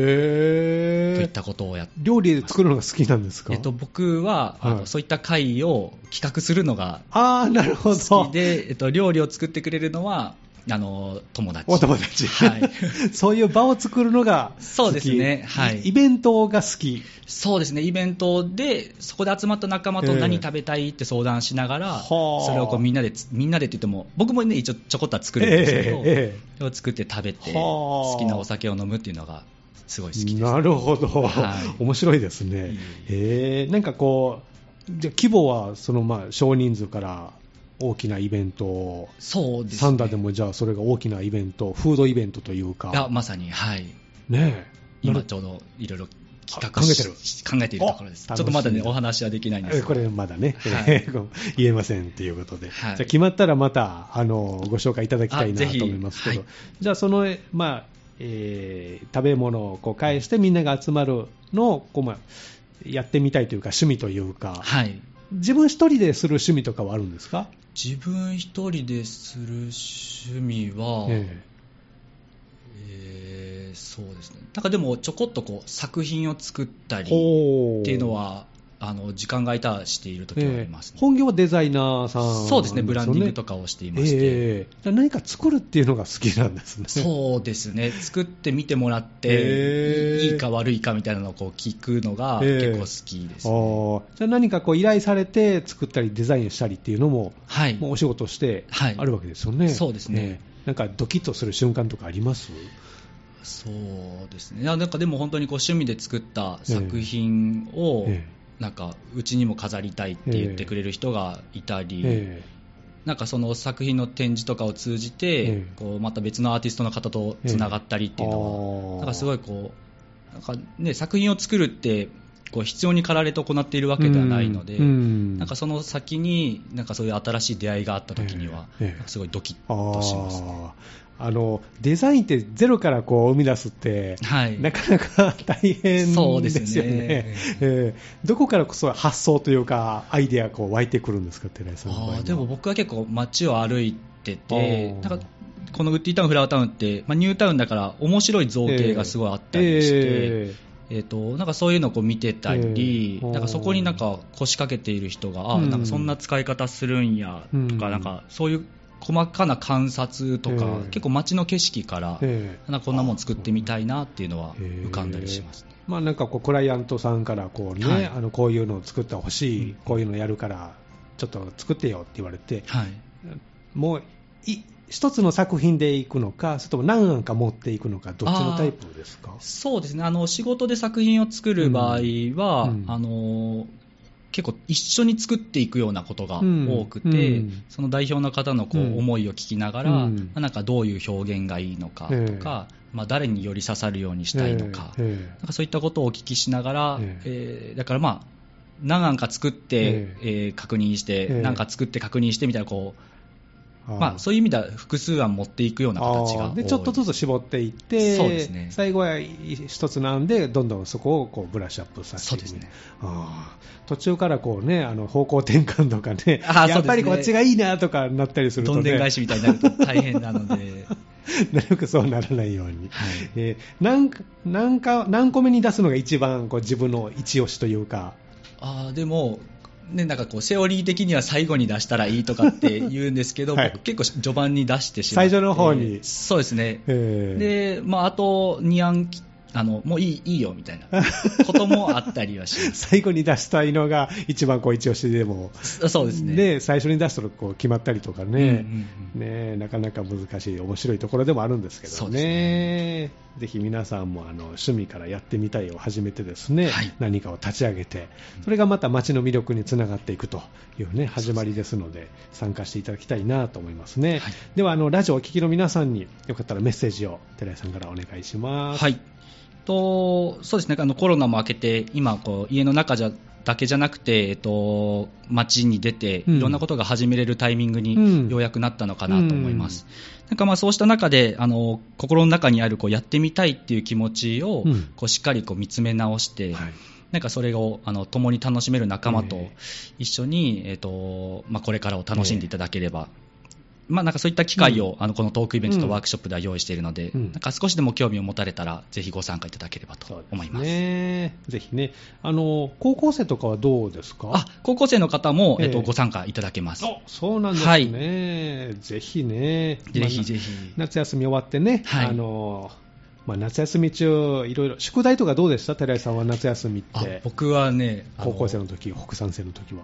[SPEAKER 1] え。
[SPEAKER 2] たことをやって。
[SPEAKER 1] 料理で作るのが好きなんですか
[SPEAKER 2] えっと、僕は、あの
[SPEAKER 1] はい
[SPEAKER 2] そういった会を企画するのが
[SPEAKER 1] ああ、なるほ
[SPEAKER 2] 好
[SPEAKER 1] ど
[SPEAKER 2] き。で、えっと、料理を作ってくれるのはあの友達
[SPEAKER 1] お友達。
[SPEAKER 2] はい
[SPEAKER 1] *laughs*
[SPEAKER 2] *laughs*
[SPEAKER 1] そういう場を作るのが好き。
[SPEAKER 2] そうですねはい
[SPEAKER 1] イベントが好き。
[SPEAKER 2] そうですねイベントでそこで集まった仲間と
[SPEAKER 1] ええ
[SPEAKER 2] 何食べたいって相談しながら、
[SPEAKER 1] はあ
[SPEAKER 2] それをこうみんなでつみんなでって言っても僕もね一応ちょこっとは作るんですけど、
[SPEAKER 1] えええ
[SPEAKER 2] それを作って食べて
[SPEAKER 1] はあ
[SPEAKER 2] 好きなお酒を飲むっていうのがすごい好きです
[SPEAKER 1] なるほど、
[SPEAKER 2] はい
[SPEAKER 1] 面白いですね、えーなんかこう、じゃあ規模はそのまあ少人数から大きなイベント、
[SPEAKER 2] そうです
[SPEAKER 1] サンダーでもじゃあ、それが大きなイベント、フードイベントというか、
[SPEAKER 2] がまさにはい
[SPEAKER 1] ねえ
[SPEAKER 2] 今ちょうどいろいろ企
[SPEAKER 1] あ
[SPEAKER 2] 画
[SPEAKER 1] 考え
[SPEAKER 2] してて
[SPEAKER 1] る
[SPEAKER 2] る考えているところですち
[SPEAKER 1] お
[SPEAKER 2] ょっとまだ
[SPEAKER 1] 楽し
[SPEAKER 2] ね
[SPEAKER 1] みだ
[SPEAKER 2] お話はできないんです
[SPEAKER 1] え
[SPEAKER 2] けど
[SPEAKER 1] これまだね、
[SPEAKER 2] はい
[SPEAKER 1] *laughs* 言えませんということで、
[SPEAKER 2] はい
[SPEAKER 1] じゃあ決まったらまたあのご紹介いただきたい
[SPEAKER 2] あ
[SPEAKER 1] な
[SPEAKER 2] ぜひ
[SPEAKER 1] と思いますけど、
[SPEAKER 2] はい
[SPEAKER 1] じゃあその、えまあえー食べ物をこう返してみんなが集まるのをこう、まあ、やってみたいというか趣味というか、
[SPEAKER 2] はい
[SPEAKER 1] 自分一人でする趣味とかはあるんですか、
[SPEAKER 2] 自分一人でする趣味は、
[SPEAKER 1] え
[SPEAKER 2] えーそうですねなんかでもちょこっとこう作品を作った
[SPEAKER 1] え
[SPEAKER 2] りっ
[SPEAKER 1] おー
[SPEAKER 2] ていうのはあの時間が空いたらしている時はあります
[SPEAKER 1] え
[SPEAKER 2] ね
[SPEAKER 1] え、本業はデザイナーさんなんよ、
[SPEAKER 2] そうですねブランディングとかをしていまして、
[SPEAKER 1] ええじゃあ何か作るっていうのが好きなんですね。
[SPEAKER 2] そうですね作ってみてもらっ
[SPEAKER 1] へ
[SPEAKER 2] て
[SPEAKER 1] ー
[SPEAKER 2] いいか悪いかみたいなのをこう聞くのが
[SPEAKER 1] へー
[SPEAKER 2] 結構好きです、ね
[SPEAKER 1] おーじゃあ何かこう依頼されて作ったりデザインしたりっていうのも、
[SPEAKER 2] はい
[SPEAKER 1] もうお仕事して
[SPEAKER 2] はい
[SPEAKER 1] あるわけですよね。
[SPEAKER 2] そうですね
[SPEAKER 1] ええなんかドキッとする瞬間とかあります
[SPEAKER 2] そうですねいやなんかでも本当にこう趣味で作った作品を、
[SPEAKER 1] え
[SPEAKER 2] なんかうちにも飾りたいって言ってくれる人がいた
[SPEAKER 1] え
[SPEAKER 2] り、
[SPEAKER 1] え
[SPEAKER 2] なんかその作品の展示とかを通じて、
[SPEAKER 1] ええ
[SPEAKER 2] こうまた別のアーティストの方とつながったりっていうのは、
[SPEAKER 1] あー
[SPEAKER 2] なんかすごいこうなんか、ね、作品を作るってこう必要に駆られて行っているわけではないので、
[SPEAKER 1] うんうん
[SPEAKER 2] なんかその先になんかそういう新しい出会いがあった時には、
[SPEAKER 1] ええええ
[SPEAKER 2] なんかすごいドキ
[SPEAKER 1] あ
[SPEAKER 2] ッとしますね。
[SPEAKER 1] ーあのデザインってゼロからこう生み出すって、
[SPEAKER 2] はい
[SPEAKER 1] なかなか大変
[SPEAKER 2] そう
[SPEAKER 1] で
[SPEAKER 2] ですね
[SPEAKER 1] すよね。ええどこからこそ発想というか、アイデアこう湧いてくるんですか、寺井さんの場合は
[SPEAKER 2] あーでも僕は結構街を歩いて
[SPEAKER 1] あ
[SPEAKER 2] て
[SPEAKER 1] ー
[SPEAKER 2] なんかこのウッディタウンフラワータウンって、まあ、ニュータウンだから面白い造形がすごいあったりして、
[SPEAKER 1] え
[SPEAKER 2] えー、となんかそういうのをこう見てたり、
[SPEAKER 1] ええ
[SPEAKER 2] なんかそこになんか腰掛けている人が、あ
[SPEAKER 1] うん
[SPEAKER 2] なんかそんな使い方するんや
[SPEAKER 1] う
[SPEAKER 2] と
[SPEAKER 1] ん
[SPEAKER 2] か、なんかそういう細かな観察とか、
[SPEAKER 1] ええ
[SPEAKER 2] 結構街の景色から、
[SPEAKER 1] ええ
[SPEAKER 2] なんかこんなもん作ってみたいなっていうのは
[SPEAKER 1] ええ
[SPEAKER 2] 浮かんだりしますね、
[SPEAKER 1] まあ、なんかこうクライアントさんからこう、ね
[SPEAKER 2] はい
[SPEAKER 1] あのこういうのを作ってほしい、
[SPEAKER 2] うん
[SPEAKER 1] こういうのやるから、ちょっと作ってよって言われて、
[SPEAKER 2] はい、
[SPEAKER 1] もうい一つの作品でいくのか、それとも何案か持っていくのか、どっちのタイプですか
[SPEAKER 2] そうですねあの仕事で作品を作る場合は、
[SPEAKER 1] うんうん
[SPEAKER 2] あの結構一緒に作っていくようなことが多くて、
[SPEAKER 1] うんうん
[SPEAKER 2] その代表の方のこ
[SPEAKER 1] うん
[SPEAKER 2] う思いを聞きながら、
[SPEAKER 1] うん
[SPEAKER 2] まあなんかどういう表現がいいのかとか、まあ、誰により刺さるようにしたいのか,、
[SPEAKER 1] ええ
[SPEAKER 2] なんかそういったことをお聞きしながら、
[SPEAKER 1] え
[SPEAKER 2] えーだからまあ何案か作って、
[SPEAKER 1] え
[SPEAKER 2] えー確認して、
[SPEAKER 1] ええ
[SPEAKER 2] 何か作って確認してみたいなこう、
[SPEAKER 1] ええ
[SPEAKER 2] まあ、そういう意味では複数案持っていくような形が
[SPEAKER 1] あーでちょっとず
[SPEAKER 2] つ
[SPEAKER 1] つ絞っていって、
[SPEAKER 2] そうですね
[SPEAKER 1] 最後は一つなんで、どんどんそこをこうブラッシュアップさせて
[SPEAKER 2] そうですね
[SPEAKER 1] あー途中からこう、ね、あの方向転換とかね、
[SPEAKER 2] あー
[SPEAKER 1] やっぱり
[SPEAKER 2] そ
[SPEAKER 1] こ
[SPEAKER 2] うですね
[SPEAKER 1] っちがいいなとかなったりすると、
[SPEAKER 2] ど
[SPEAKER 1] ね、
[SPEAKER 2] んでん返しみたいになると大変なので。
[SPEAKER 1] *laughs* なるべくそうならないように、
[SPEAKER 2] はい
[SPEAKER 1] えーなんかなんか何個目に出すのが一番こう自分の一押しというか、
[SPEAKER 2] あーでも、ね、なんかこうセオリー的には最後に出したらいいとかって言うんですけど、
[SPEAKER 1] はい
[SPEAKER 2] 僕結構序盤に出してしまって
[SPEAKER 1] 最初の方に
[SPEAKER 2] そうですね、
[SPEAKER 1] えー
[SPEAKER 2] でまあ、あと2案きあのもういいいいよみたいなこともあったりはしま
[SPEAKER 1] 最後に出したいのが一番こう一押しでも、 *laughs*
[SPEAKER 2] すそうですね
[SPEAKER 1] で最初に出すとこう決まったりとか
[SPEAKER 2] うんうんう
[SPEAKER 1] ね。
[SPEAKER 2] ん
[SPEAKER 1] ねえ、なかなか難しい、面白いところでもあるんですけ
[SPEAKER 2] そ
[SPEAKER 1] ど
[SPEAKER 2] うです
[SPEAKER 1] ね、ぜひ皆さんもあの趣味からやってみたいを始めて、ですね、
[SPEAKER 2] はい
[SPEAKER 1] 何かを立ち上げて、それがまた街の魅力につながっていくというね、始まりですので、参加していただきたいなと思いますね。
[SPEAKER 2] はい
[SPEAKER 1] ではあの、ラジオをお聞きの皆さんに、よかったらメッセージを寺井さんからお願いします。
[SPEAKER 2] はい、とそうですねあのコロナも明けて今こう家の中じゃだけじゃなくて、えっと、街に出て
[SPEAKER 1] うん
[SPEAKER 2] いろんなことが始めれるタイミング
[SPEAKER 1] うん
[SPEAKER 2] にようやくなったのかなと思います、なんかまあそうした中であの心の中にあるこうやってみたいっていう気持ちを
[SPEAKER 1] うん
[SPEAKER 2] こうしっかりこう見つめ直して、
[SPEAKER 1] はい
[SPEAKER 2] なんかそれをあの共に楽しめる仲間と
[SPEAKER 1] え
[SPEAKER 2] 一緒に、えっとまあ、これからを楽しんでいただければ、まあ、なんかそういった機会を、あのこのトークイベントとワークショップでは用意しているので、
[SPEAKER 1] うん
[SPEAKER 2] なんか少しでも興味を持たれたらぜひご参加いただければと思います。
[SPEAKER 1] ね、ぜひねあの、高校生とかはどうですか
[SPEAKER 2] あ高校生の方も、えっ
[SPEAKER 1] え
[SPEAKER 2] と
[SPEAKER 1] え
[SPEAKER 2] ご参加いただけます。
[SPEAKER 1] おそうなんですね、ぜひね、
[SPEAKER 2] ぜひぜ
[SPEAKER 1] ひ
[SPEAKER 2] ひ。
[SPEAKER 1] 夏休み終わってね、
[SPEAKER 2] はい
[SPEAKER 1] あのまあ、夏休み中、いろいろ、宿題とかどうでした、寺井さんは夏休みっ
[SPEAKER 2] あ
[SPEAKER 1] て、
[SPEAKER 2] 僕はね、あ
[SPEAKER 1] 高校生の時北山生の時は。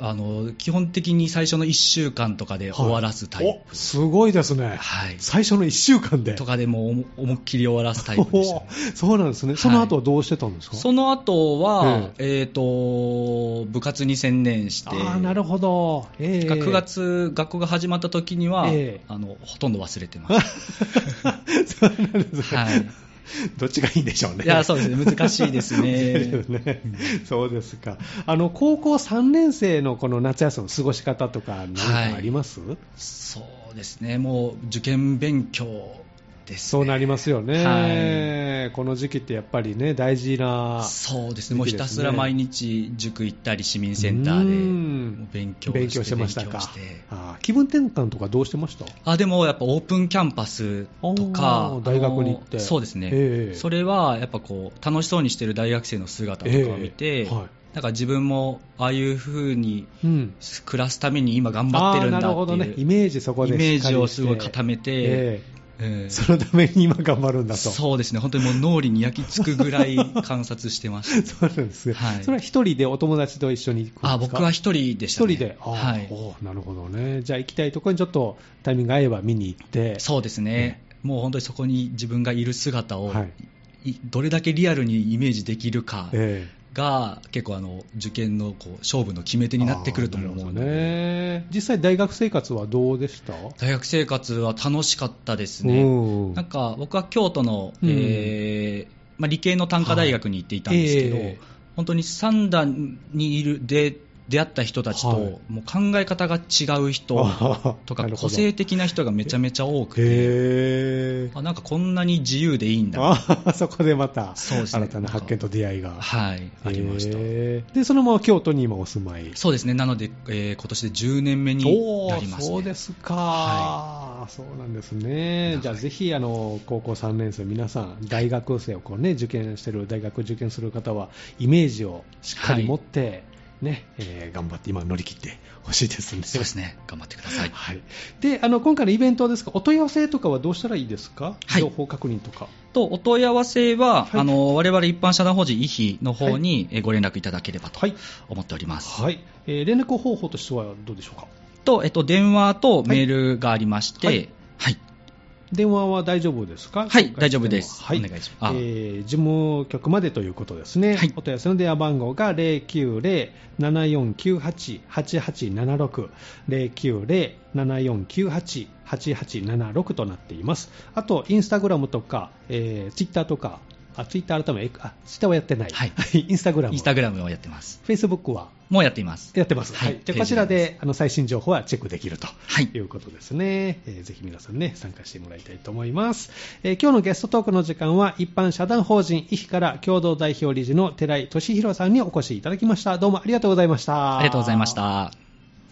[SPEAKER 2] あの基本的に最初の1週間とかで終わらすタイ
[SPEAKER 1] おすごいです
[SPEAKER 2] プ、
[SPEAKER 1] ね、
[SPEAKER 2] はい
[SPEAKER 1] 最初の1週間で。。
[SPEAKER 2] とかでもう思思いっきり終わらすタイプでした、ね
[SPEAKER 1] おそうなんですね、その後はどうしてたんですか、
[SPEAKER 2] その後は、えっ、と、部活に専念して、
[SPEAKER 1] ああなるほど、ええ
[SPEAKER 2] 9月、学校が始まった時には、
[SPEAKER 1] ええ
[SPEAKER 2] あの、ほとんど忘れ
[SPEAKER 1] *laughs*
[SPEAKER 2] てます。
[SPEAKER 1] *laughs* そうなんですね、
[SPEAKER 2] はい。
[SPEAKER 1] *laughs* どっちがいいんでしょうね。
[SPEAKER 2] いや、そうですね。難しいです
[SPEAKER 1] *laughs*
[SPEAKER 2] ね。
[SPEAKER 1] ねそうですか。あの、高校3年生のこの夏休みの過ごし方とか、何かあります、
[SPEAKER 2] そうですね。もう、受験勉強です、
[SPEAKER 1] そうなりますよね、この時期ってやっぱりね、大事な
[SPEAKER 2] そうですね、もう
[SPEAKER 1] 時
[SPEAKER 2] ひ
[SPEAKER 1] 期ですね
[SPEAKER 2] たすら毎日、塾行ったり、市民センター
[SPEAKER 1] う
[SPEAKER 2] で
[SPEAKER 1] ん
[SPEAKER 2] もう勉強して、
[SPEAKER 1] 勉強してましたか
[SPEAKER 2] 勉強して。
[SPEAKER 1] あー気分転換とかどうしてました
[SPEAKER 2] あでもやっぱオープンキャンパスとか
[SPEAKER 1] おー、大学に行って
[SPEAKER 2] あのそうですね、
[SPEAKER 1] ええ
[SPEAKER 2] それはやっぱこう、楽しそうにしてる大学生の姿とかを見て、
[SPEAKER 1] ええはい
[SPEAKER 2] なんか自分もああいう風に
[SPEAKER 1] うん。
[SPEAKER 2] 暮らすために今頑張ってるんだって
[SPEAKER 1] あー
[SPEAKER 2] い
[SPEAKER 1] なるほ
[SPEAKER 2] う
[SPEAKER 1] どね。イメージそこで
[SPEAKER 2] イメージをすごい
[SPEAKER 1] しっ
[SPEAKER 2] 固
[SPEAKER 1] かりして
[SPEAKER 2] めて、
[SPEAKER 1] え
[SPEAKER 2] え
[SPEAKER 1] え
[SPEAKER 2] え
[SPEAKER 1] そのために今頑張るんだと。
[SPEAKER 2] そうですね、本当にもう脳裏に焼き付くぐらい観察してました。
[SPEAKER 1] *laughs* *laughs* そうなんですね、
[SPEAKER 2] はい
[SPEAKER 1] それは一人でお友達と一緒に行くんですか
[SPEAKER 2] あ僕は一人でした、
[SPEAKER 1] 一
[SPEAKER 2] ね、
[SPEAKER 1] 人で、あー
[SPEAKER 2] はい、
[SPEAKER 1] おーなるほどね、じゃあ行きたいところにちょっとタイミング合えば見に行って、
[SPEAKER 2] そうですね、もう本当にそこに自分がいる姿を、
[SPEAKER 1] はい
[SPEAKER 2] いどれだけリアルにイメージできるか
[SPEAKER 1] ええ
[SPEAKER 2] が、結構あの、受験のこう勝負の決め手になってくると思う
[SPEAKER 1] あーな
[SPEAKER 2] ので、
[SPEAKER 1] るほどね、実際、大学生活はどうでした
[SPEAKER 2] 大学生活は楽しかったですね。
[SPEAKER 1] うん
[SPEAKER 2] なんか僕は京都の、
[SPEAKER 1] うん
[SPEAKER 2] えーまあ、理系の短科大学に行っていたんですけど、
[SPEAKER 1] はいええ
[SPEAKER 2] 本当に三段にいるで出会った人たちと、
[SPEAKER 1] はい
[SPEAKER 2] もう考え方が違う人とか個性的な人がめちゃめちゃ多くて、
[SPEAKER 1] へー
[SPEAKER 2] あなんかこんなに自由でいいんだ
[SPEAKER 1] あーそこでまた
[SPEAKER 2] そうです
[SPEAKER 1] 新
[SPEAKER 2] ね
[SPEAKER 1] たな発見と出会いが
[SPEAKER 2] はい、ありました。
[SPEAKER 1] へーでそのまま京都に今お住まい
[SPEAKER 2] そうですね、なので、えー今年で10年目に
[SPEAKER 1] お
[SPEAKER 2] な
[SPEAKER 1] ー
[SPEAKER 2] ります、ね。
[SPEAKER 1] そうですか、
[SPEAKER 2] は
[SPEAKER 1] そうなんですね、じゃあ
[SPEAKER 2] はい
[SPEAKER 1] ぜひあの高校3年生、皆さん、大学生をこう、ね、受験してる、大学受験する方は、イメージをしっかり持って、ねえー頑張って、今、乗り切ってほしいですね。
[SPEAKER 2] そうですね、頑張ってください。
[SPEAKER 1] はい、であの今回のイベントですか、お問い合わせとかはどうしたらいいですか、
[SPEAKER 2] はい
[SPEAKER 1] 情報確認とか。
[SPEAKER 2] と、お問い合わせは、
[SPEAKER 1] はい
[SPEAKER 2] あの、我々一般社団法人イヒの方にえーご連絡いただければと
[SPEAKER 1] はい
[SPEAKER 2] 思っております。
[SPEAKER 1] はいえー連絡方法としてはどうでしょうか、
[SPEAKER 2] と、えっと、電話とメールがありまして、
[SPEAKER 1] は
[SPEAKER 2] はいい。はい、
[SPEAKER 1] 電話は大丈夫ですか、
[SPEAKER 2] は
[SPEAKER 1] 紹介し
[SPEAKER 2] い
[SPEAKER 1] ても
[SPEAKER 2] 大丈夫です
[SPEAKER 1] はい
[SPEAKER 2] お願いしますあ
[SPEAKER 1] えー事務局までということですね、
[SPEAKER 2] はい
[SPEAKER 1] お問い合わせの電話番号が090-7498-8876、090-7498-8876となっています、あと、インスタグラムとか、えー、ツイッターとか、あツイッター改め、あツイッターはやってない、
[SPEAKER 2] はい
[SPEAKER 1] *laughs* インスタグラム、
[SPEAKER 2] インスタグラムをやってます。
[SPEAKER 1] フェイスブックは
[SPEAKER 2] もうやっています。
[SPEAKER 1] やってます。は。
[SPEAKER 2] はいい
[SPEAKER 1] じゃあこちらで、あの、最新情報はチェックできると。
[SPEAKER 2] はい
[SPEAKER 1] いうことですね。えーぜひ皆さんね、参加してもらいたいと思います。えー今日のゲストトークの時間は、一般社団法人、イヒから共同代表理事の寺井俊弘さんにお越しいただきました。どうもありがとうございました。
[SPEAKER 2] ありがとうございまし。た。